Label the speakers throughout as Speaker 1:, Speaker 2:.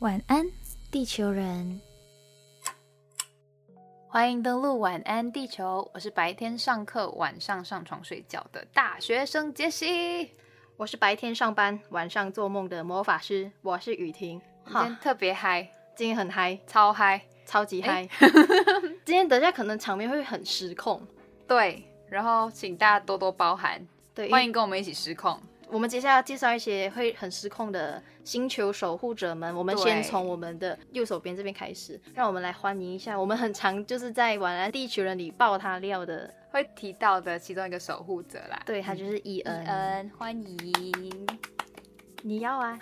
Speaker 1: 晚安，地球人。
Speaker 2: 欢迎登录晚安地球，我是白天上课、晚上上床睡觉的大学生杰西。
Speaker 3: 我是白天上班、晚上做梦的魔法师，我是雨婷。
Speaker 2: 我今天
Speaker 3: 哈，
Speaker 2: 特别嗨，
Speaker 3: 今天很嗨，
Speaker 2: 超嗨。
Speaker 3: 超级嗨！ 今天等一下可能场面会很失控，
Speaker 2: 对，然后请大家多多包涵，
Speaker 3: 对，
Speaker 2: 欢
Speaker 3: 因
Speaker 2: 迎跟我们一起失控。
Speaker 3: 为我们接下来要介绍一些会很失控的星球守护者们。我们
Speaker 2: 对
Speaker 3: 先从我们的右手边这边开始，让我们来欢迎一下我们很常就是在《晚安地球人》里爆他料的，
Speaker 2: 会提到的其中一个守护者啦，
Speaker 3: 对他就是伊恩。
Speaker 2: 嗯，欢迎。
Speaker 3: 你 要啊？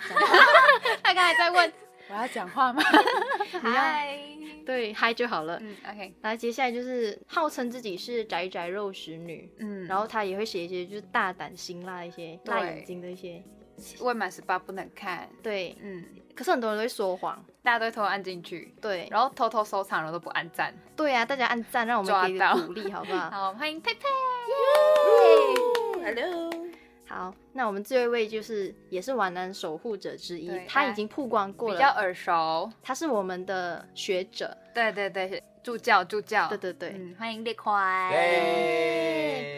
Speaker 2: 他刚才在问 我要讲话 吗？嗨，
Speaker 3: 对，嗨就好了。
Speaker 2: 嗯，OK，
Speaker 3: 来，接下来就是号称自己是宅宅肉食女，
Speaker 2: 嗯，
Speaker 3: 然后她也会写一些就是大胆辛辣一些、
Speaker 2: 对
Speaker 3: 辣眼睛的一些，
Speaker 2: 未满十八不能看，
Speaker 3: 对。
Speaker 2: 嗯，
Speaker 3: 可是很多人都会说谎，
Speaker 2: 大家都会偷偷按进去，
Speaker 3: 对，
Speaker 2: 然后偷偷收藏，然后都不按赞。
Speaker 3: 对啊，大家按赞，让我们给
Speaker 2: 抓到
Speaker 3: 个鼓励，好不 好？
Speaker 2: 好，欢迎佩佩。
Speaker 4: Hello，
Speaker 3: 好，那我们最后一位就是也是晚安守护者之一
Speaker 2: 对，
Speaker 3: 他
Speaker 2: 哎
Speaker 3: 已经曝光过
Speaker 2: 比较
Speaker 3: 了，
Speaker 2: 耳熟。
Speaker 3: 他是我们的学者，
Speaker 2: 对对对，助教助教，
Speaker 3: 对对对。
Speaker 2: 嗯，欢迎列宽。
Speaker 4: 耶！
Speaker 3: 哎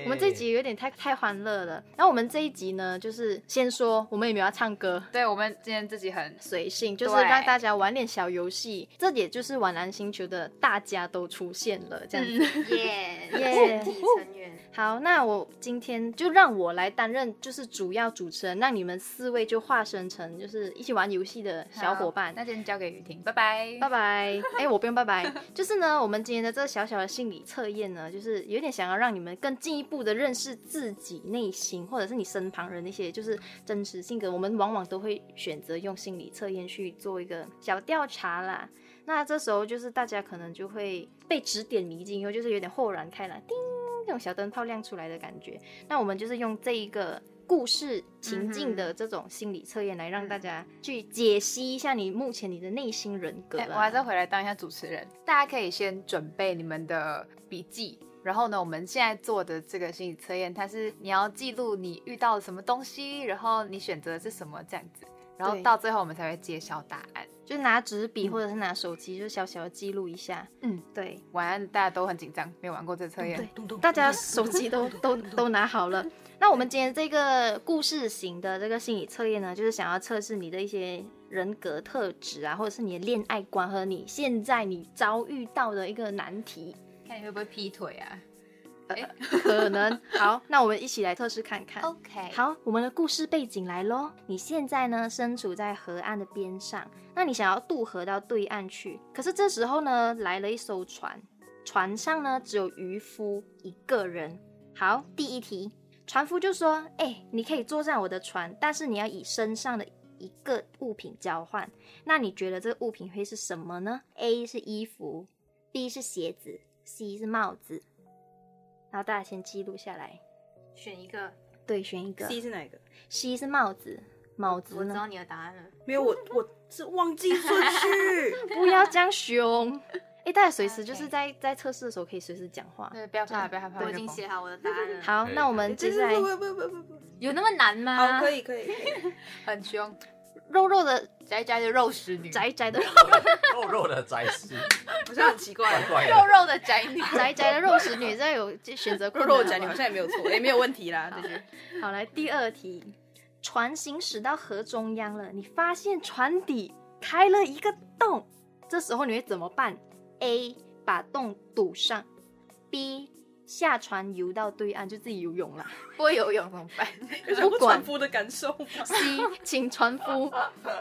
Speaker 3: 我们这集有点太太欢乐了，然后我们这一集呢，就是先说我们也没有要唱歌，
Speaker 2: 对我们今天自己很
Speaker 3: 随性，就是
Speaker 2: 对
Speaker 3: 让大家玩点小游戏，这也就是晚安星球的大家都出现了这样子。
Speaker 4: 耶
Speaker 1: 哦
Speaker 3: 耶
Speaker 4: 集成员，
Speaker 3: 好，那我今天就让我来担任就是主要主持人，让你们四位就化身成就是一起玩游戏的小伙伴
Speaker 2: 好。那今天交给雨婷，拜拜。
Speaker 3: 拜拜，哎、我不用拜拜。就是呢，我们今天的这小小的心理测验呢，就是有点想要让你们更进一步的认识自己内心，或者是你身旁人的一些就是真实性格。我们往往都会选择用心理测验去做一个小调查啦。那这时候就是大家可能就会被指点迷津，以后就是有点豁然开朗，叮，那种小灯泡亮出来的感觉。那我们就是用这一个故事情境的这种心理测验来让大家去解析一下你目前你的内心人格
Speaker 2: 哎
Speaker 3: 啦、
Speaker 2: 我还是回来当一下主持人。大家可以先准备你们的笔记。然后呢，我们现在做的这个心理测验，它是你要记录你遇到了什么东西，然后你选择的是什么这样子，然后
Speaker 3: 对
Speaker 2: 到最后我们才会揭晓答案。
Speaker 3: 就是拿纸笔或者是拿手机，就小小的记录一下。
Speaker 2: 嗯，啊
Speaker 3: 对，
Speaker 2: 晚安，大家都很紧张，没有玩过这个测验。
Speaker 3: 嗯对大家手机都都都拿好了。那我们今天这个故事型的这个心理测验呢，就是想要测试你的一些人格特质啊，或者是你的恋爱观和你现在你遭遇到的一个难题，
Speaker 2: 看你会不会劈腿啊
Speaker 3: 可能。好，那我们一起来测试看看。
Speaker 2: ？OK，
Speaker 3: 好，我们的故事背景来喽。你现在呢身处在河岸的边上，那你想要渡河到对岸去，可是这时候呢来了一艘船，船上呢只有渔夫一个人。好，第一题，船夫就说：“哎、你可以坐上我的船，但是你要以身上的一个物品交换。那你觉得这个物品会是什么呢？A 是衣服，B 是鞋子，C 是帽子。然后大家先记录下来，
Speaker 4: 选一个
Speaker 3: 对，选一个。
Speaker 5: C 是哪一个？
Speaker 3: C 是帽子，帽
Speaker 4: 我
Speaker 3: 子
Speaker 4: 知
Speaker 3: 呢？
Speaker 4: 道你的答案了，
Speaker 5: 没有，我我是忘记顺序。
Speaker 3: 不要这样凶！ 哎、大家随时就是在在测试的时候可以随时讲话。
Speaker 2: 对，不要怕，不要怕，不要怕
Speaker 4: 我已经写好我的答案了。，
Speaker 3: 好，
Speaker 4: 可以
Speaker 3: 那我们接下来
Speaker 5: 不不不不不，
Speaker 4: 有那么难吗？
Speaker 5: 好，可以可以。可以
Speaker 2: 很凶，
Speaker 3: 肉肉的
Speaker 2: 宅宅的肉食女，
Speaker 3: 宅宅的
Speaker 6: 肉肉的宅师，
Speaker 5: 好像很奇怪。
Speaker 6: 怪怪
Speaker 2: 肉
Speaker 6: 的。
Speaker 2: 肉的宅 女，
Speaker 3: 宅宅的肉食女，这样有选择
Speaker 5: 肉
Speaker 3: 困难
Speaker 5: 肉
Speaker 3: 吗
Speaker 5: 讲你好像也没有错，也没有问 题啦。这句
Speaker 3: 好，来第二题，船行驶到河中央了，你发现船底开了一个洞，这时候你会怎么办？A. 把洞堵上，B. 下船游到对岸就自己游泳 啦。
Speaker 2: 不会游泳怎么 办？
Speaker 5: 有想过船夫的感受吗？
Speaker 3: C，请船夫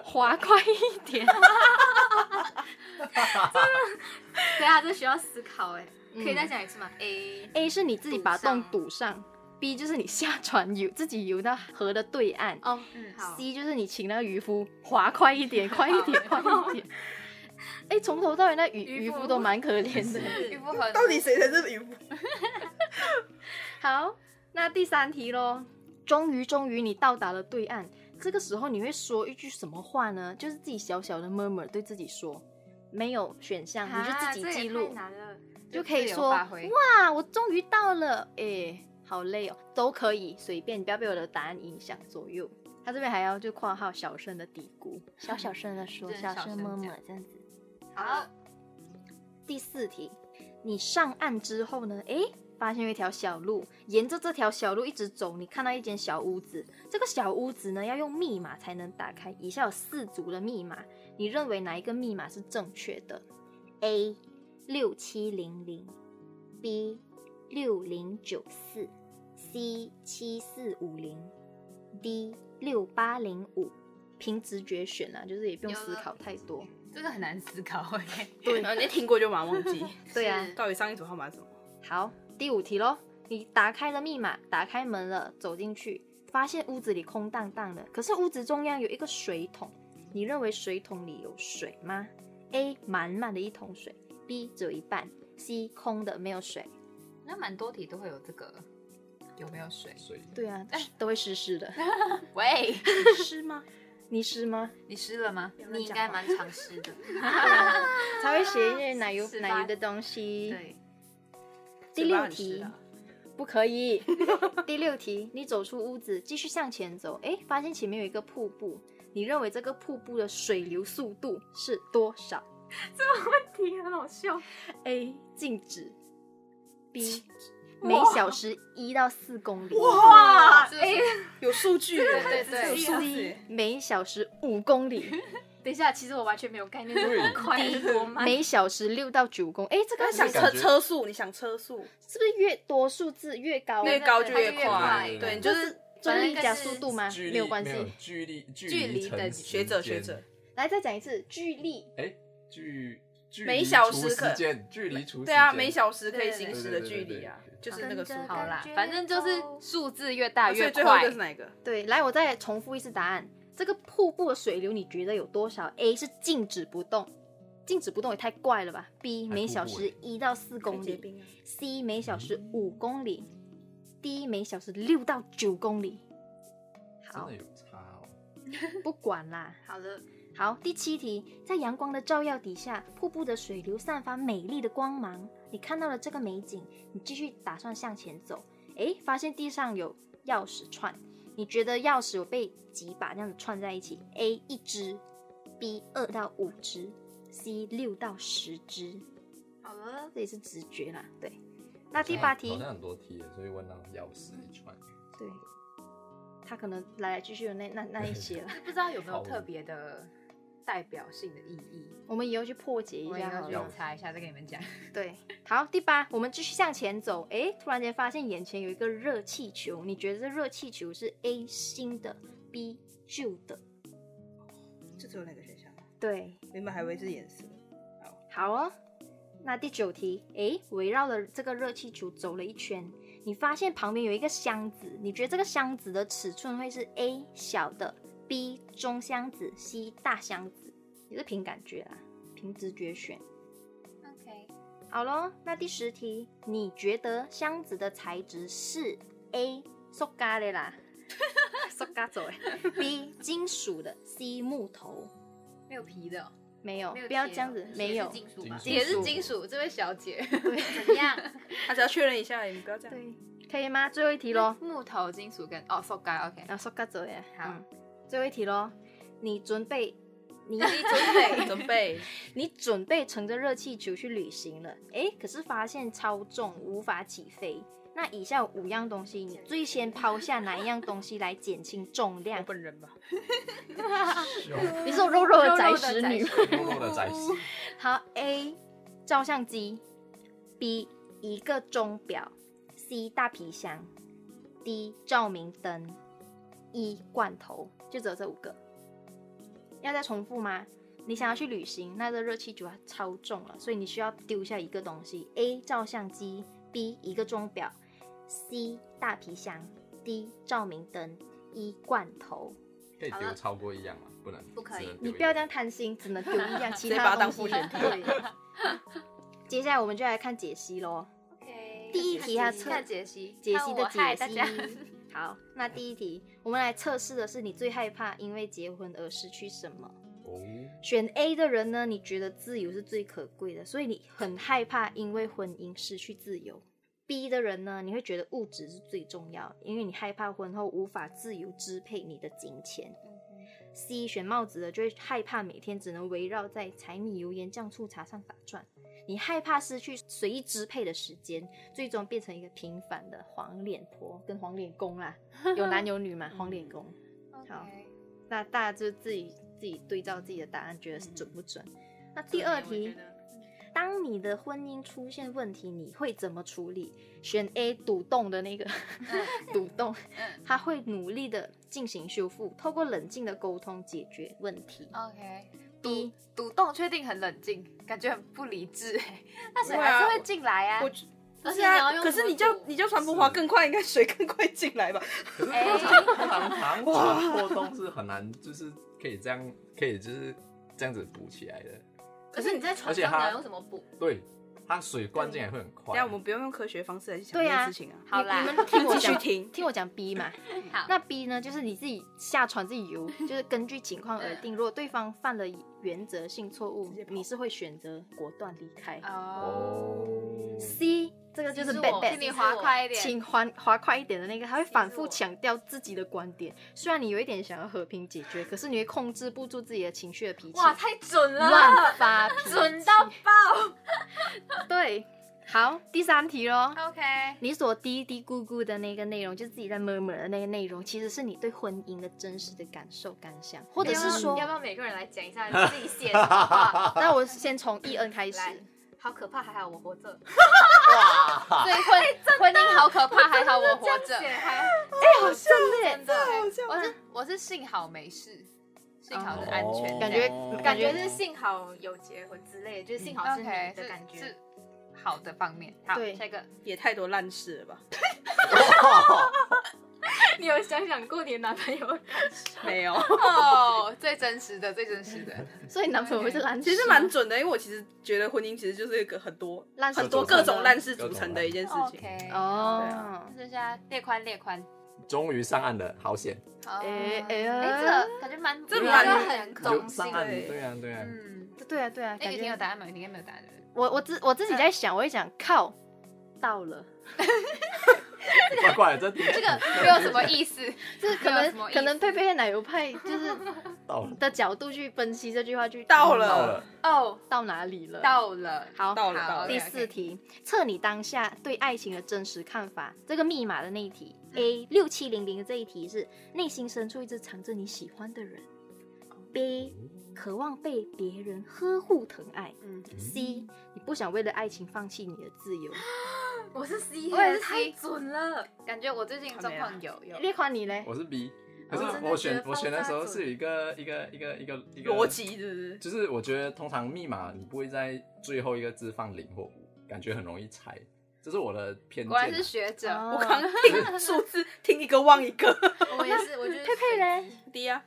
Speaker 3: 划快一点。
Speaker 4: 对啊，这需要思考哎，可
Speaker 3: 嗯
Speaker 4: 以再讲一次吗？A，
Speaker 3: A 是你自己把洞堵上，B 就是你下船游自己游到河的对岸、
Speaker 4: 哦，
Speaker 2: 嗯
Speaker 4: 好，
Speaker 3: c 就是你请那个渔夫划快一点，快一点，快一点。哎，从头到尾那渔
Speaker 4: 渔
Speaker 3: 渔
Speaker 4: 夫
Speaker 3: 夫都蛮可怜的。
Speaker 2: 玉不很
Speaker 5: 到底谁才是渔夫？
Speaker 3: 好，那第三题喽。终于，终于你到达了对岸，这个时候你会说一句什么话呢？就是自己小小的 murmur 对自己说，没有选项，你就
Speaker 4: 啊
Speaker 3: 自
Speaker 4: 这
Speaker 3: 己记
Speaker 4: 也太
Speaker 3: 录。
Speaker 4: 难了，
Speaker 3: 就可以
Speaker 2: 自由
Speaker 3: 说
Speaker 2: 发挥
Speaker 3: 哇，啊我终于到了，哎、好累哦，都可以随便，不要被我的答案影响左右。他这边还要就括号小声的嘀咕，小小声的 说，
Speaker 2: 真的
Speaker 3: 小
Speaker 2: 小
Speaker 3: 声
Speaker 2: 声
Speaker 3: 么么
Speaker 2: 讲
Speaker 3: 这样子。
Speaker 4: 好，
Speaker 3: 第四题，你上岸之后呢？诶，发现有一条小路，沿着这条小路一直走，你看到一间小屋子。这个小屋子呢，要用密码才能打开。以下有四组的密码，你认为哪一个密码是正确的？A 六七零零，B 六零九四，C 七四五零，D 六八零五。凭直觉选啊，就是也不用
Speaker 4: 有
Speaker 3: 思
Speaker 4: 了
Speaker 3: 考太多。
Speaker 2: 这个很难思考哎。
Speaker 5: 对，然后你听过就马上忘记，
Speaker 3: 对啊，
Speaker 4: 是
Speaker 5: 到底上一组号码是什么？
Speaker 3: 好，第五题喽。你打开了密码，打开门了，走进去，发现屋子里空荡荡的，可是屋子中央有一个水桶。你认为水桶里有水吗？A. 满满的一桶水，B. 只有一半，C. 空的没有水。
Speaker 2: 那蛮多题都会有这个，有没有水？
Speaker 6: 所以
Speaker 3: 对啊，都会湿湿的。
Speaker 2: 喂，
Speaker 5: 是吗？
Speaker 3: 你湿吗？
Speaker 2: 你湿了吗？
Speaker 4: 你应该蛮常 识的。
Speaker 3: 才会写一些奶油
Speaker 4: 十八
Speaker 3: 奶油的东西。
Speaker 4: 对，
Speaker 3: 第
Speaker 5: 嘴巴
Speaker 3: 六
Speaker 5: 很湿
Speaker 3: 题
Speaker 5: 啊，
Speaker 3: 不可以。第六题，你走出屋子，继续向前走，诶，发现前面有一个瀑布，你认为这个瀑布的水流速度是多少
Speaker 4: 题很好笑。
Speaker 3: ？A. 静止，B. 每小时一到四公里
Speaker 5: 哇，
Speaker 2: 是不是
Speaker 5: 有数据耶，
Speaker 2: 对对对
Speaker 5: 有数据
Speaker 3: ，C.
Speaker 5: 耶。
Speaker 3: 每小时五公里，
Speaker 4: 等一下，其实我完全没有概念，这么快是多慢？
Speaker 3: 每小时六到九公，诶，这个
Speaker 5: 那想
Speaker 6: 感
Speaker 5: 车
Speaker 6: 觉
Speaker 5: 车速，你想车速
Speaker 3: 是不是越多数字越高？
Speaker 5: 越高就越
Speaker 4: 它就越
Speaker 5: 快
Speaker 4: 快，
Speaker 5: 对，你就是
Speaker 3: 重力加
Speaker 4: 反正
Speaker 3: 速
Speaker 4: 跟
Speaker 3: 度吗？
Speaker 6: 距离
Speaker 3: 啊没有关系。
Speaker 6: 距离距
Speaker 2: 距离
Speaker 6: 离乘
Speaker 2: 等
Speaker 6: 时
Speaker 5: 学者学
Speaker 6: 间
Speaker 5: 者，
Speaker 3: 来，再讲一次，距离
Speaker 6: 哎，距距
Speaker 5: 每
Speaker 6: 离
Speaker 5: 小
Speaker 6: 除
Speaker 5: 时
Speaker 6: 时
Speaker 5: 可
Speaker 6: 间距离除
Speaker 5: 对啊，
Speaker 6: 时间
Speaker 5: 每小时可
Speaker 4: 对
Speaker 5: 以
Speaker 4: 对
Speaker 5: 行驶的距离啊，就是那个速度。
Speaker 2: 好啦
Speaker 1: 感觉，
Speaker 2: 反正就是数字越大
Speaker 5: 啊所
Speaker 2: 越
Speaker 5: 以最后一
Speaker 2: 快
Speaker 5: 个是。哪一个？
Speaker 3: 对，来，我再重复一次答案。这个瀑布的水流你觉得有多少？A 是静止不动，静止不动也太怪了吧？B
Speaker 6: 还
Speaker 3: 每
Speaker 6: 瀑
Speaker 3: 小
Speaker 6: 布
Speaker 3: 时一到四公
Speaker 5: 结
Speaker 3: 里
Speaker 5: 冰啊
Speaker 3: ，C 每小时五公里，D 每小时六到九公里。
Speaker 6: 真
Speaker 3: 好
Speaker 6: 的，有差哦。
Speaker 3: 不管啦。
Speaker 4: 好的，
Speaker 3: 好，第七题，在阳光的照耀底下，瀑布的水流散发美丽的光芒。你看到了这个美景，你继续打算向前走，诶，发现地上有钥匙串，你觉得钥匙有被几把这样子串在一起？A 一只，B 二到五只，C 六到十只。
Speaker 4: 好了，
Speaker 3: 这也是直觉啦，对。那第八题
Speaker 6: 哎好，像很多题耶，所以问到钥匙 一串，
Speaker 3: 对，他可能来来去去的那那那一 些了，
Speaker 2: 不知道有没有
Speaker 6: 好
Speaker 2: 特别的代表性的意义？
Speaker 3: 我们以后去破解一
Speaker 2: 我
Speaker 3: 下好
Speaker 2: 要
Speaker 3: 了
Speaker 2: 去。查一下，再跟你们讲。
Speaker 3: 对，好，第八，我们继续向前走。诶，突然间发现眼前有一个热气球，你觉得这热气球是 A 新的，B 旧的？
Speaker 5: 就只有那个选项，
Speaker 3: 对，
Speaker 5: 原本还以为是颜色。
Speaker 3: 好哦。那第九题，诶，围绕了这个热气球走了一圈，你发现旁边有一个箱子，你觉得这个箱子的尺寸会是 A 小的，B 中箱子，C 大箱子？也是凭感觉啦，凭直觉选。
Speaker 4: OK，
Speaker 3: 好喽，那第十题，你觉得箱子的材质是 A 塑胶的啦， 塑胶做的，B 金属的，C 木头？
Speaker 2: 没有皮的哦，
Speaker 3: 没有，
Speaker 4: 没有
Speaker 3: 不要
Speaker 4: 贴
Speaker 3: 这样
Speaker 4: 哦
Speaker 3: 子
Speaker 4: 也，是
Speaker 3: 没有。
Speaker 4: 金属吧？
Speaker 6: 金
Speaker 2: 也是金属。这位小姐，，
Speaker 4: 怎 样？
Speaker 5: 他只要确认一下而已，你不要这样。
Speaker 3: 对，可以吗？最后一题喽
Speaker 2: 木头、金属跟哦塑胶，OK。
Speaker 3: 啊，塑胶做的。
Speaker 2: 好
Speaker 3: 嗯，最后一题喽，你准备， 你
Speaker 5: 准备，准 备，
Speaker 3: 你准备乘着热气球去旅行了，诶，可是发现超重，无法起飞。那以下有五样东西，你最先抛下哪一样东西来减轻重
Speaker 5: 我
Speaker 3: 量？
Speaker 5: 本人吧。
Speaker 3: 你是我肉 肉的
Speaker 2: 肉肉
Speaker 3: 宅
Speaker 2: 的
Speaker 3: 食
Speaker 2: 宅
Speaker 3: 女吗？
Speaker 6: 弱弱的仔细，
Speaker 3: 好，A 照相机，B 一个钟表，C 大皮箱，D 照明灯，E 罐头，就只有这五个。要再重复吗？你想要去旅行，那这热气球它啊超重了，所以你需要丢下一个东西：A 照相机，B 一个钟表，C 大皮箱，D 照明灯，E 罐头。
Speaker 6: 可以丢超过一样吗？啊不能，
Speaker 4: 不可
Speaker 6: 只
Speaker 4: 以
Speaker 6: 能丢
Speaker 3: 你
Speaker 6: 一
Speaker 3: 不要这样贪心，只能丢一样，其他东西
Speaker 5: 直接把它当
Speaker 3: 对。 接下来我们就来看解析喽。
Speaker 4: OK，
Speaker 3: 第一题啊测
Speaker 2: 看解析，
Speaker 3: 解析
Speaker 2: 看
Speaker 3: 的
Speaker 2: 我害
Speaker 3: 解
Speaker 2: 大
Speaker 3: 析
Speaker 2: 家。
Speaker 3: 好，那第一题，我们来测试的是你最害怕因为结婚而失去什么？
Speaker 6: 哦。
Speaker 3: 选 A 的人呢，你觉得自由是最可贵的，所以你很害怕因为婚姻失去自由。 B 的人呢，你会觉得物质是最重要，因为你害怕婚后无法自由支配你的金钱。C 选帽子的就会害怕每天只能围绕在柴米油盐酱醋茶上打转，你害怕失去随意支配的时间，最终变成一个平凡的黄脸婆跟黄脸公啦，有男有女嘛，黄脸公。好
Speaker 2: OK
Speaker 3: 那大家就自己自己对照自己的答案，觉得是准不准？
Speaker 4: 嗯
Speaker 3: 那第
Speaker 4: 这
Speaker 3: 二
Speaker 4: 点我觉
Speaker 3: 题，
Speaker 4: 得嗯
Speaker 3: 当你的婚姻出现问题，你会怎么处理？选 A 赌洞的那个
Speaker 4: 嗯
Speaker 3: 赌洞，他会努力的进行修复，透过冷静的沟通解决问题。
Speaker 2: OK，
Speaker 3: B
Speaker 2: 赌赌洞确定很冷静，感觉很不理 智哎、那水
Speaker 5: 对
Speaker 2: 还
Speaker 5: 啊
Speaker 2: 是会进来啊
Speaker 5: 我。
Speaker 4: 而
Speaker 5: 是
Speaker 4: 且你
Speaker 5: 啊
Speaker 4: 要，用
Speaker 5: 可是
Speaker 4: 什么
Speaker 5: 你叫
Speaker 4: 赌
Speaker 5: 你叫传播花更快，应该水更快进来吧？
Speaker 6: 可是
Speaker 2: 哎
Speaker 6: 通常通常 糖果破洞是很难，就是可以这样，可以就是这样子补起来的。
Speaker 4: 可是你在船
Speaker 6: 而且
Speaker 4: 上
Speaker 6: 它
Speaker 4: 哪有什么补？
Speaker 6: 对，它水灌进来会很
Speaker 5: 等
Speaker 6: 快。
Speaker 5: 下我们不用用科学方式来去想
Speaker 3: 对
Speaker 5: 这
Speaker 3: 啊
Speaker 5: 件事情啊。
Speaker 2: 好啦
Speaker 3: 你，们听我
Speaker 5: 继续
Speaker 3: 讲，
Speaker 5: 听
Speaker 3: 听我讲 B 嘛。
Speaker 4: 好，
Speaker 3: 那 B 呢，就是你自己下船自己游，就是根据情况而定。如果对方犯了原则性错误
Speaker 5: 直接，跑
Speaker 3: 你是会选择果断离开。
Speaker 6: 哦，
Speaker 3: C 这个就是
Speaker 4: 其实
Speaker 3: bad
Speaker 4: 我
Speaker 3: bad
Speaker 2: 请你划快一点。
Speaker 3: 请滑滑快一点的那个，他会反复
Speaker 4: 我
Speaker 3: 强调自己的观点。虽然你有一点想要和平解决，可是你会控制不住自己的情绪的脾气，
Speaker 4: 哇，太准了，
Speaker 3: 乱发脾气。
Speaker 4: 准到爆。
Speaker 3: 对，好，第三题喽。
Speaker 2: OK，
Speaker 3: 你所嘀嘀咕咕的那个内容，就自己在摸摸的那个内容，其实是你对婚姻的真实的感受、感想，或者是说
Speaker 4: 要，不要每个人来讲一下你自己 写的话？
Speaker 3: 那我先从 E N 开始。
Speaker 4: 来好可怕，还好我活着。
Speaker 2: 所以婚婚姻好可怕，还好 我活
Speaker 4: 这
Speaker 2: 着
Speaker 4: 样。写还
Speaker 3: 哎，好真的耶，
Speaker 2: 真的，
Speaker 5: 笑
Speaker 2: 我是我是幸好没事，幸好是安全，
Speaker 6: 哦
Speaker 3: 感觉
Speaker 4: 感觉是幸好有结婚之类的，就是幸好是你
Speaker 2: OK
Speaker 4: 的感
Speaker 2: 是是
Speaker 4: 觉。
Speaker 2: 好的方面。好，
Speaker 3: 对
Speaker 2: 下一个
Speaker 5: 也太多烂事了吧？
Speaker 4: 你有想想过你的男朋友？
Speaker 5: 没有，
Speaker 2: 哦，最真实的，最真实的。
Speaker 3: 所以男朋友会是烂事
Speaker 5: 其实蛮准的，因为我其实觉得婚姻其实就是一个很多
Speaker 3: 烂事
Speaker 5: 很多
Speaker 3: 组成
Speaker 5: 各
Speaker 3: 的
Speaker 5: 种烂事组成的一件事
Speaker 4: 哦
Speaker 5: 情。
Speaker 2: OK，
Speaker 5: 对
Speaker 3: 哦
Speaker 5: 啊。
Speaker 2: 剩下列宽列宽。
Speaker 6: 终于上岸了，好险！
Speaker 2: 好
Speaker 3: 哎哎
Speaker 2: 哎，
Speaker 3: 呀
Speaker 2: 这个感觉蛮
Speaker 5: 这
Speaker 2: 蛮
Speaker 5: 蛮
Speaker 2: 很
Speaker 6: 有
Speaker 2: 中性
Speaker 6: 上岸，
Speaker 4: 欸
Speaker 5: 对
Speaker 6: 对啊，对啊。
Speaker 2: 嗯，
Speaker 3: 对啊，对啊，
Speaker 2: 那
Speaker 3: 感
Speaker 2: 雨婷
Speaker 3: 觉
Speaker 2: 有答案吗？雨婷应该没有答案对不对
Speaker 3: 我我自我自己在想，我会想靠到了，
Speaker 6: 怪怪的，这这
Speaker 2: 这个没有什么意思，
Speaker 3: 就是可
Speaker 2: 没有什
Speaker 3: 能
Speaker 2: 么意思
Speaker 3: 可能佩佩和奶油派就是
Speaker 6: 到了，
Speaker 3: 的角度去分析这句话，就 嗯
Speaker 5: 到
Speaker 6: 到
Speaker 5: 了
Speaker 6: 了，
Speaker 2: 哦，
Speaker 3: 到哪里了。
Speaker 2: 到了，
Speaker 3: 好，
Speaker 5: 到了
Speaker 2: 好
Speaker 5: 到了
Speaker 3: 第
Speaker 2: OK，OK
Speaker 3: 四题，测你当下对爱情的真实看法。这个密码的那一题，A
Speaker 2: 嗯
Speaker 3: 六七零零的这一题是内心深处一直藏着你喜欢的人。B
Speaker 2: 哦
Speaker 3: 渴望被别人呵护疼爱。
Speaker 4: 嗯
Speaker 3: C 你不想为了爱情放弃你的自由。
Speaker 4: 我是 C，
Speaker 2: 我也是 C
Speaker 4: 太准了。
Speaker 2: 感觉我最近状况有有
Speaker 3: 列宽你嘞？
Speaker 6: 我是 B，可
Speaker 4: 我真
Speaker 6: 是
Speaker 4: 的
Speaker 6: 我
Speaker 4: 觉
Speaker 6: 选
Speaker 4: 得
Speaker 6: 我选的时
Speaker 4: 爆
Speaker 6: 候
Speaker 4: 炸
Speaker 6: 是有一个一个一个一个一个
Speaker 5: 逻，辑是不是？
Speaker 6: 就是我觉得通常密码你不会在最后一个字放零或五，感觉很容易猜，这是我的偏
Speaker 2: 果然
Speaker 6: 见
Speaker 2: 是
Speaker 6: 啊。
Speaker 2: 学者，
Speaker 3: 哦
Speaker 5: 我刚刚听数字，听一个忘一个。
Speaker 4: 我也是， 我觉得
Speaker 3: 佩佩嘞？
Speaker 5: 低啊，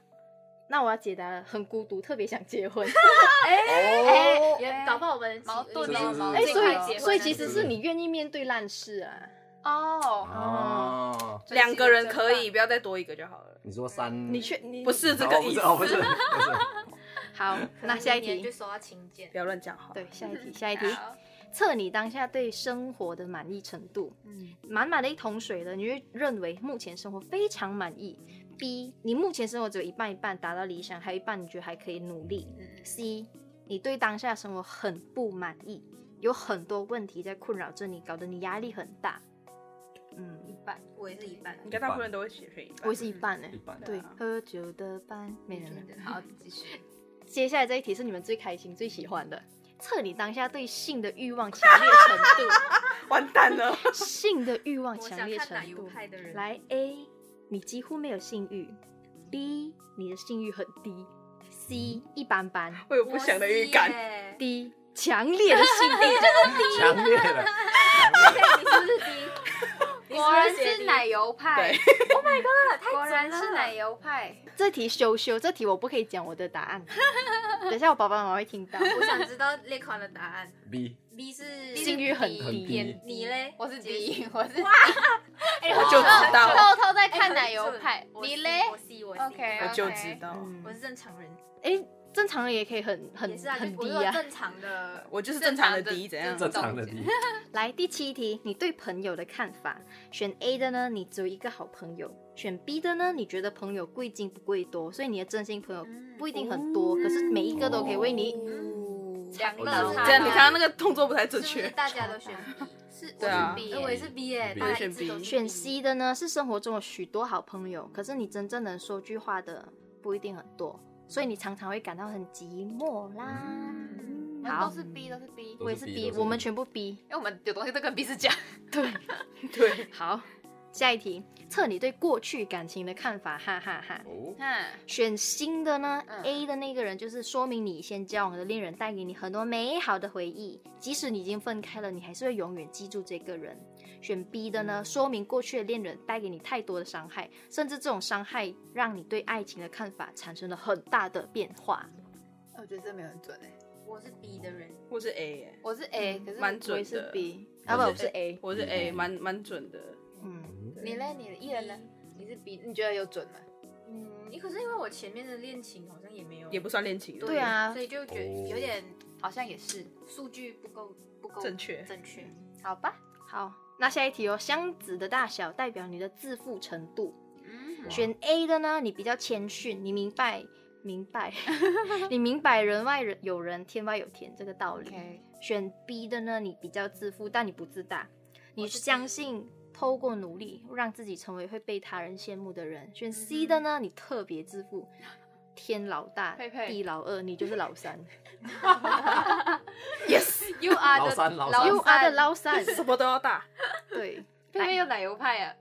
Speaker 3: 那我要解答了，很孤独，特别想 结婚。
Speaker 6: 哦，
Speaker 4: 也搞不好我们
Speaker 2: 矛盾
Speaker 6: 是
Speaker 2: 哦，
Speaker 6: 是
Speaker 2: 矛
Speaker 3: 哎、
Speaker 2: 盾
Speaker 6: 是
Speaker 3: 所
Speaker 2: 快结
Speaker 3: 以
Speaker 2: 婚
Speaker 3: 所以
Speaker 4: 啊
Speaker 2: 了
Speaker 3: 其实是你愿意面对烂事啊。
Speaker 2: 哦，
Speaker 6: 哦，
Speaker 2: 所以
Speaker 5: 两个人可
Speaker 2: 其
Speaker 5: 以，
Speaker 2: 实
Speaker 5: 不要再多一个就好了。
Speaker 6: 你说三，
Speaker 3: 你确你
Speaker 5: 不是这
Speaker 6: 哦
Speaker 5: 个
Speaker 6: 不
Speaker 5: 意
Speaker 6: 是
Speaker 5: 思，
Speaker 6: 哦，不是，不是，
Speaker 3: 好？那下一
Speaker 4: 就
Speaker 3: 题，
Speaker 4: 收到请柬
Speaker 5: 不。要乱讲话。
Speaker 3: 对，下一题，下一
Speaker 2: 真
Speaker 3: 题
Speaker 2: 棒。好
Speaker 3: 测你当下对生活的满意程度，
Speaker 2: 嗯，
Speaker 3: 满满的一桶水了，你会认为目前生活非常满意。B，你目前生活只有一半一半达到理想，还有一半你觉得还可以努力。C，你对当下生活很不满意，有很多问题在困扰着你，搞得你压力很大。嗯，
Speaker 4: 我也是一半。
Speaker 5: 应该大部分人都会写成一半。
Speaker 3: 我也是一半呢、
Speaker 6: 一般。
Speaker 3: 对
Speaker 5: 对啊，
Speaker 3: 喝酒的班没人了。
Speaker 2: 好，继续。
Speaker 3: 接下来这一题是你们最开心、最喜欢的，测你当下对性的欲望强烈程度。
Speaker 5: 完蛋了，
Speaker 3: 性的欲望
Speaker 4: 我
Speaker 3: 强
Speaker 4: 想
Speaker 3: 烈
Speaker 4: 看
Speaker 3: 程
Speaker 4: 哪一
Speaker 3: 度。
Speaker 4: 派的人。
Speaker 3: 来 A，你几乎没有性欲；B，你的性欲很低；C，一般般
Speaker 5: 我有不祥的预感。
Speaker 4: 感。
Speaker 3: ；D，强烈的性欲。
Speaker 6: 强烈的，
Speaker 4: 你是不是 D？你
Speaker 2: 果然是奶油派
Speaker 5: 对
Speaker 2: 果然是奶油派。
Speaker 3: 这题羞羞，这题我不可以讲我的答 案，等一下我爸爸妈妈会听到。
Speaker 4: 我想知道列款的答案。
Speaker 6: B
Speaker 4: B 是
Speaker 3: 性欲很
Speaker 6: 很
Speaker 3: 低，
Speaker 6: 低，
Speaker 4: 你嘞？
Speaker 2: 我是第
Speaker 4: 杰西
Speaker 2: 一，哎我 是
Speaker 5: 我就知道，
Speaker 2: 偷偷在
Speaker 4: 哎
Speaker 2: 看奶油
Speaker 4: 很准
Speaker 2: 派，
Speaker 4: 我
Speaker 2: 你
Speaker 4: C，
Speaker 2: 嘞
Speaker 4: 我 C，我 C。
Speaker 2: ？OK，
Speaker 5: 我就知道。
Speaker 3: 嗯
Speaker 4: 我是正常人。
Speaker 3: 哎，正常的也可以很很
Speaker 4: 也是啊，就
Speaker 3: 很
Speaker 4: 我
Speaker 3: 低
Speaker 4: 说
Speaker 3: 啊。
Speaker 4: 正常的，
Speaker 5: 我就是正常的敌怎样
Speaker 6: 正常的第一，
Speaker 3: 来第七题，你对朋友的看法？选 A 的呢，你只有一个好朋友；选 B 的呢，你觉得朋友贵精不贵多，所以你的真心朋友不一定很多，可是每一个都可以为你。
Speaker 5: 哦
Speaker 4: 两个
Speaker 6: 我知道
Speaker 5: 这样
Speaker 6: 对
Speaker 5: 你看他那
Speaker 4: 个
Speaker 5: 个动作不太正
Speaker 4: 是不是
Speaker 5: 确，
Speaker 4: 大家都选 B，
Speaker 2: 是
Speaker 5: 对啊
Speaker 2: 我是 B，
Speaker 4: 哎我也是 B 耶，
Speaker 6: B
Speaker 4: 大家一致
Speaker 5: 选
Speaker 4: 都
Speaker 5: B
Speaker 4: 是
Speaker 3: 选 C 的呢，是生活中有许多好朋友，可是你真正能说句话的不一定很多，所以你常常会感到很寂寞啦。
Speaker 2: 嗯
Speaker 3: 好
Speaker 2: 都是 B，都是 B，因
Speaker 6: 都
Speaker 3: 我也是
Speaker 6: B，
Speaker 3: B，
Speaker 6: 都是
Speaker 3: 我们
Speaker 6: B
Speaker 3: 全部 B。
Speaker 2: 为我们有东西都跟彼此讲。
Speaker 3: 对，
Speaker 5: 对，
Speaker 3: 好，下一题，测你对过去感情的看法，哈哈哈
Speaker 6: 哦，
Speaker 2: 看，
Speaker 3: 选新的呢、
Speaker 2: 嗯
Speaker 3: a 的那个人就是说明你先交往的恋人带给你很多美好的回忆，即使你已经分开了，你还是会永远记住这个人。选 B 的呢，说明过去的恋人带给你太多的伤害，甚至这种伤害让你对爱情的看法产生了很大的变化。
Speaker 2: 我觉得这没有很准哎，
Speaker 4: 我是 B 的人，
Speaker 5: 我是 A 耶，
Speaker 2: 我是 A，可是
Speaker 5: 蛮
Speaker 3: 我也
Speaker 5: 准
Speaker 3: 是
Speaker 5: 的。
Speaker 3: B，啊不，我是 A，
Speaker 5: 我是 A，
Speaker 6: 嗯
Speaker 5: 蛮蛮准的。
Speaker 3: 嗯，
Speaker 2: 你嘞，你的艺人呢？你是 B，你觉得有准吗？
Speaker 4: 嗯，可是因为我前面的恋情好像也没有，
Speaker 5: 也不算恋情，
Speaker 3: 对啊
Speaker 4: 所，以就觉
Speaker 6: 哦
Speaker 4: 有点
Speaker 2: 好像也是，
Speaker 4: 数据不够不够
Speaker 5: 正确
Speaker 4: 正确，
Speaker 2: 好吧。
Speaker 3: 好，那下一题哦，箱子的大小代表你的自负程度。
Speaker 2: 嗯
Speaker 6: 哇
Speaker 3: 选 A 的呢，你比较谦逊，你 明白明白，你明白人外人有人，天外有天这个道理。
Speaker 2: ，OK，
Speaker 3: 选 B 的呢，你比较自负，但你不自大，你相信透过努力让自己成为会被他人羡慕的人。
Speaker 2: 嗯
Speaker 3: 选 C 的呢，你特别自 负，天老大，
Speaker 2: 佩佩
Speaker 3: 地老二，你就是老三
Speaker 2: ，You are
Speaker 6: 老
Speaker 2: the
Speaker 6: 三老
Speaker 2: 老
Speaker 6: 三
Speaker 3: ，You are the 老三，
Speaker 5: 什么都要大，
Speaker 3: 对，
Speaker 2: 偏偏有奶油派啊，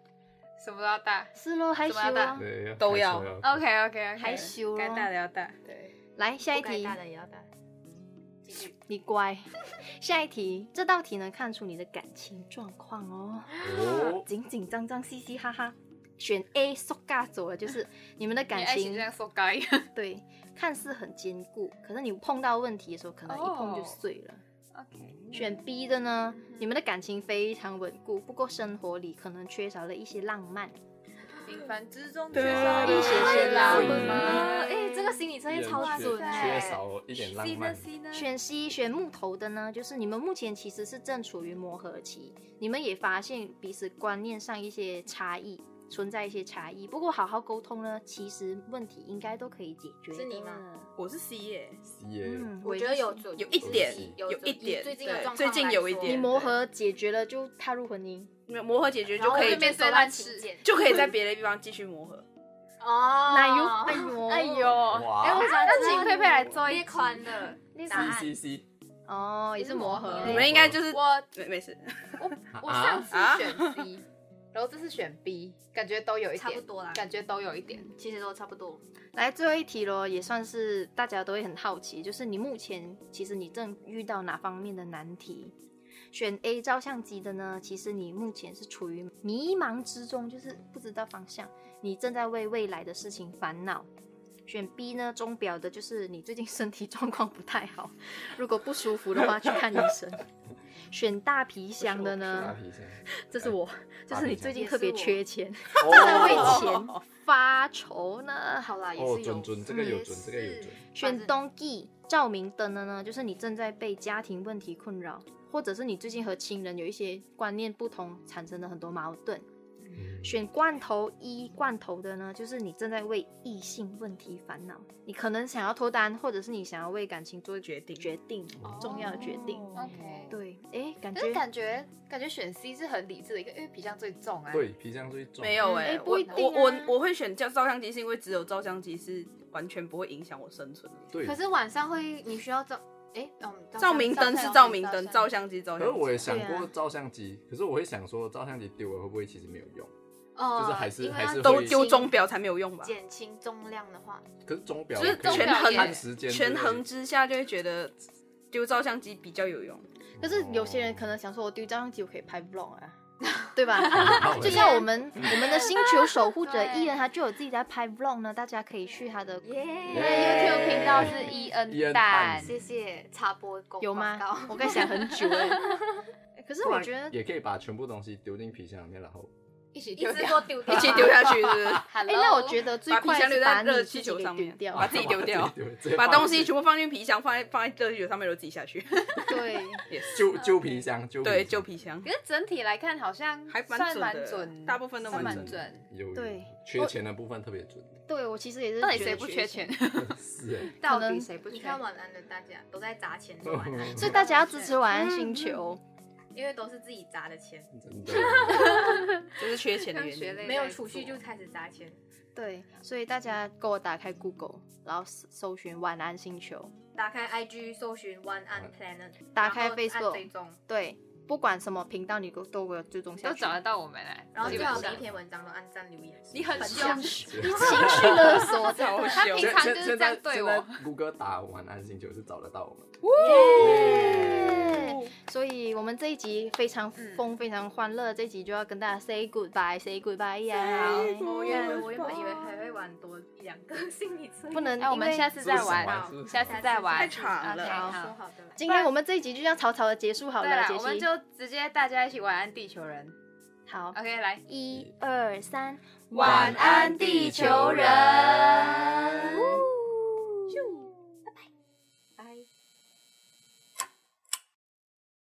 Speaker 2: 什么都要大。
Speaker 3: 是咯，害羞
Speaker 2: 怎么
Speaker 3: 啊
Speaker 2: 办。
Speaker 6: 对
Speaker 5: 都要
Speaker 2: OK OK，
Speaker 3: 害羞哦咯
Speaker 5: 该大的要大。
Speaker 2: 对，
Speaker 3: 来下一
Speaker 4: 不该
Speaker 3: 题，
Speaker 4: 大的也要大，继续
Speaker 3: 你乖。 下一题，这道题能看出你的感情状况哦。
Speaker 6: 哦，
Speaker 3: 紧紧张张、嘻嘻哈哈。选 A 缩嘎走了， 就是你们的感
Speaker 2: 爱情
Speaker 3: 情
Speaker 2: 就像 so guy，
Speaker 3: 对看似很坚固，可是你碰到问题的时候，可
Speaker 4: 哦
Speaker 3: 能一碰就碎了。选 B 的呢，你们的感情非常稳固，不过生活里可能缺少了一些浪漫。
Speaker 2: 平凡之中
Speaker 5: 对
Speaker 2: 缺少
Speaker 3: 一些些浪漫
Speaker 4: 啊，哎，这个心理测
Speaker 6: 哦
Speaker 4: 验超
Speaker 6: 缺
Speaker 4: 准
Speaker 6: 缺
Speaker 4: 哎，
Speaker 6: 少一点浪
Speaker 4: C 呢
Speaker 6: 漫，
Speaker 4: C 呢？
Speaker 3: 选 C 选木头的呢，就是你们目前其实是正处于磨合期，你们也发现彼此观念上一些差异，存在一些差异。不过好好沟通呢，其实问题应该都可以解决。
Speaker 4: 是你吗？
Speaker 5: 我是 C 耶，
Speaker 6: 耶，
Speaker 3: 嗯，
Speaker 4: 我觉得有准，
Speaker 5: 有一点
Speaker 4: 准
Speaker 5: 有
Speaker 4: 准
Speaker 5: 一点
Speaker 4: 以最近的
Speaker 5: 对
Speaker 4: 状况
Speaker 5: 最近
Speaker 4: 来
Speaker 5: 有一
Speaker 4: 说
Speaker 5: 点
Speaker 3: 你磨合解决了就踏入婚姻，
Speaker 5: 磨合解决就
Speaker 4: 然后
Speaker 5: 可
Speaker 4: 我
Speaker 5: 以
Speaker 4: 就变
Speaker 2: 变
Speaker 4: 手
Speaker 2: 碎
Speaker 4: 烂
Speaker 2: 烂
Speaker 4: 事
Speaker 2: 事
Speaker 4: 件
Speaker 5: 就可以在别的地方继续磨合。
Speaker 4: 哦
Speaker 3: 奶油，哎呦，
Speaker 2: 哎呦，
Speaker 6: 哦哇
Speaker 2: 哎，我想那请佩佩来做一
Speaker 4: 裂宽的
Speaker 3: 那
Speaker 4: 答案
Speaker 6: ，C C C，
Speaker 3: 哦，也是磨合，
Speaker 2: 哎
Speaker 6: 嗯
Speaker 5: 你们应该就是
Speaker 2: 我
Speaker 5: 没没事，
Speaker 2: 我
Speaker 6: 啊
Speaker 2: 上次选 C，然后这次选 B，感觉都有一点，
Speaker 4: 差不多啦，
Speaker 2: 感觉都有一点。
Speaker 4: 其实都差不多。
Speaker 3: 来最后一题咯，也算是大家都会很好奇，就是你目前其实你正遇到哪方面的难题？选 A 照相机的呢，其实你目前是处于迷茫之中，就是不知道方向，你正在为未来的事情烦恼。选 B 呢，钟表的就是你最近身体状况不太好，如果不舒服的话去看医生。选大皮箱的
Speaker 6: 大
Speaker 3: 呢，
Speaker 6: 皮箱，
Speaker 3: 这是我，就
Speaker 6: 大
Speaker 3: 是
Speaker 6: 皮
Speaker 3: 你
Speaker 6: 箱
Speaker 3: 最近
Speaker 4: 也
Speaker 3: 特别
Speaker 4: 是我
Speaker 3: 缺钱，
Speaker 6: 哦
Speaker 3: 正 在为钱
Speaker 5: 哦
Speaker 3: 发愁呢。
Speaker 4: 好啦，也
Speaker 6: 哦
Speaker 4: 是，有
Speaker 6: 准准，这个有准，
Speaker 4: 也
Speaker 6: 这个有
Speaker 4: 是
Speaker 6: 准，
Speaker 3: 选冬季照明灯的呢，就是你正在被家庭问题困扰，或者是你最近和亲人有一些观念不同，产生了很多矛盾。
Speaker 6: 嗯
Speaker 3: 选罐头一罐头的呢，就是你正在为异性问题烦恼，你可能想要脱单，或者是你想要为感情做
Speaker 5: 决定
Speaker 3: 决定
Speaker 2: 哦
Speaker 3: 重要的决定。啊
Speaker 2: OK，
Speaker 3: 对，哎，感
Speaker 2: 但是
Speaker 3: 觉
Speaker 2: 感觉感觉选 C 是很理智的一个，因为皮箱最重啊。
Speaker 6: 对，皮箱最重，
Speaker 5: 没有哎、
Speaker 3: 哎不一定啊
Speaker 5: 我我我我会选照照相机，是因为只有照相机是完全不会影响我生存的。
Speaker 6: 对，
Speaker 4: 可
Speaker 6: 可
Speaker 4: 是晚上会，你需要照，哎，嗯，
Speaker 5: 照明灯是照明灯，照相机照
Speaker 6: 是
Speaker 5: 相
Speaker 6: 我
Speaker 5: 机。
Speaker 6: 也想
Speaker 3: 对
Speaker 6: 过
Speaker 3: 啊
Speaker 6: 照相机，可是我会想说，照相机丢了会不会其实没有用？
Speaker 4: 哦，
Speaker 6: 就是还是
Speaker 4: 因为要
Speaker 6: 还是
Speaker 5: 都
Speaker 6: 会
Speaker 5: 丢钟表才没有用吧？
Speaker 4: 减轻重量的话，
Speaker 6: 可是钟表
Speaker 5: 就是
Speaker 6: 可以
Speaker 5: 权衡
Speaker 6: 看时间，
Speaker 5: 权衡之下就会觉得丢照相机比较有用。
Speaker 3: 可是有些人可能想说，我丢照相机我可以拍 vlog 啊，对 吧？
Speaker 6: 能
Speaker 3: 就像我们我们的星球守护者
Speaker 4: 对
Speaker 3: 艺人，他就有自己在拍 vlog 呢，大家可以去他的
Speaker 4: 耶
Speaker 2: 因为
Speaker 3: 啊
Speaker 2: YouTube 频道是 E N 蛋，
Speaker 4: 谢谢插播广
Speaker 3: 有吗
Speaker 4: 告？
Speaker 3: 我该想很久了。可是
Speaker 6: 不然
Speaker 3: 我觉得
Speaker 6: 也可以把全部东西丢进皮箱里面，然后
Speaker 2: 一起
Speaker 4: 一
Speaker 2: 丢
Speaker 4: 直
Speaker 2: 掉，
Speaker 4: 说丢掉，
Speaker 5: 一起丢 下去，是不是？
Speaker 2: Hello，
Speaker 3: 哎、那我觉得最
Speaker 5: 把
Speaker 3: 快
Speaker 5: 皮箱
Speaker 3: 是
Speaker 5: 留
Speaker 3: 把
Speaker 5: 在
Speaker 3: 你
Speaker 5: 热
Speaker 3: 自
Speaker 5: 气
Speaker 3: 己
Speaker 5: 球
Speaker 3: 给
Speaker 5: 上
Speaker 3: 丢
Speaker 5: 面，
Speaker 3: 掉，
Speaker 5: 把自己 丢掉，
Speaker 6: 直接
Speaker 5: 把
Speaker 6: 放进
Speaker 5: 东西全部放进皮箱，放在放在热气球上面，然后自己下去。
Speaker 3: 对，
Speaker 5: 也是，
Speaker 6: 旧旧皮箱，旧
Speaker 5: 对，
Speaker 6: 箱
Speaker 5: 旧皮箱
Speaker 2: 可。是整体来看好像
Speaker 5: 还蛮
Speaker 2: 算
Speaker 5: 准
Speaker 2: 蛮
Speaker 5: 的
Speaker 2: 准，
Speaker 5: 大部分都
Speaker 2: 算
Speaker 5: 蛮
Speaker 2: 蛮
Speaker 5: 准
Speaker 2: 准。
Speaker 6: 有
Speaker 3: 对
Speaker 6: 缺钱的部分特别准，
Speaker 3: 对我其实也是。
Speaker 2: 到底谁不缺钱？？
Speaker 6: 是哎，
Speaker 2: 到底谁不
Speaker 4: 你
Speaker 2: 缺？
Speaker 4: 看晚安的大家都在砸钱做
Speaker 6: 哦
Speaker 4: 晚 安，
Speaker 3: 所以大家要支持晚安星球，
Speaker 2: 嗯
Speaker 4: 因为都是自己砸的钱，
Speaker 6: 真的。
Speaker 5: 这是缺钱的原
Speaker 2: 学
Speaker 5: 因。
Speaker 2: 类
Speaker 4: 没有储蓄就开始砸钱。
Speaker 3: 对，所以大家给我打开 Google，然后搜搜寻晚安星球，
Speaker 4: 打开 IG 搜寻 One on Planet，
Speaker 3: 打开
Speaker 4: 然后按
Speaker 3: Facebook
Speaker 4: 追踪，
Speaker 3: 对，不管什么频道你都都给我追踪下
Speaker 2: 都
Speaker 3: 去，
Speaker 2: 找得到我们哎，
Speaker 4: 然后
Speaker 2: 基
Speaker 4: 最
Speaker 2: 本
Speaker 4: 好
Speaker 2: 上
Speaker 4: 每一篇文章都按赞留言。
Speaker 5: 你很
Speaker 4: 分
Speaker 5: 凶
Speaker 4: 享，
Speaker 3: 你情绪勒索，
Speaker 5: 超
Speaker 2: 他
Speaker 5: 凶
Speaker 2: 平常就是这样对我。
Speaker 6: 谷歌打晚安星球是找得到我们，
Speaker 3: 耶所以我们这一集非常疯、非常欢乐，这一集就要跟大家 say goodbye，say goodbye 呀、
Speaker 4: 我原来我原本以为还会玩多一两个心理测验，
Speaker 3: 不能，
Speaker 2: 那我们
Speaker 3: 因为
Speaker 2: 下次再玩，啊
Speaker 6: 是不是
Speaker 2: 下次再玩。
Speaker 5: 太长了
Speaker 2: 啊
Speaker 4: 好
Speaker 2: 对
Speaker 4: 说
Speaker 2: 好
Speaker 4: 好的。
Speaker 3: 今天我们这一集就这样草草的结束好
Speaker 2: 对
Speaker 3: 了，
Speaker 2: 啦，
Speaker 3: 杰
Speaker 2: 我们
Speaker 3: 西。
Speaker 2: 就直接大家一起晚安地球人。
Speaker 3: 好，
Speaker 2: OK，来，
Speaker 1: 一二三，
Speaker 6: 晚安
Speaker 1: 地球人。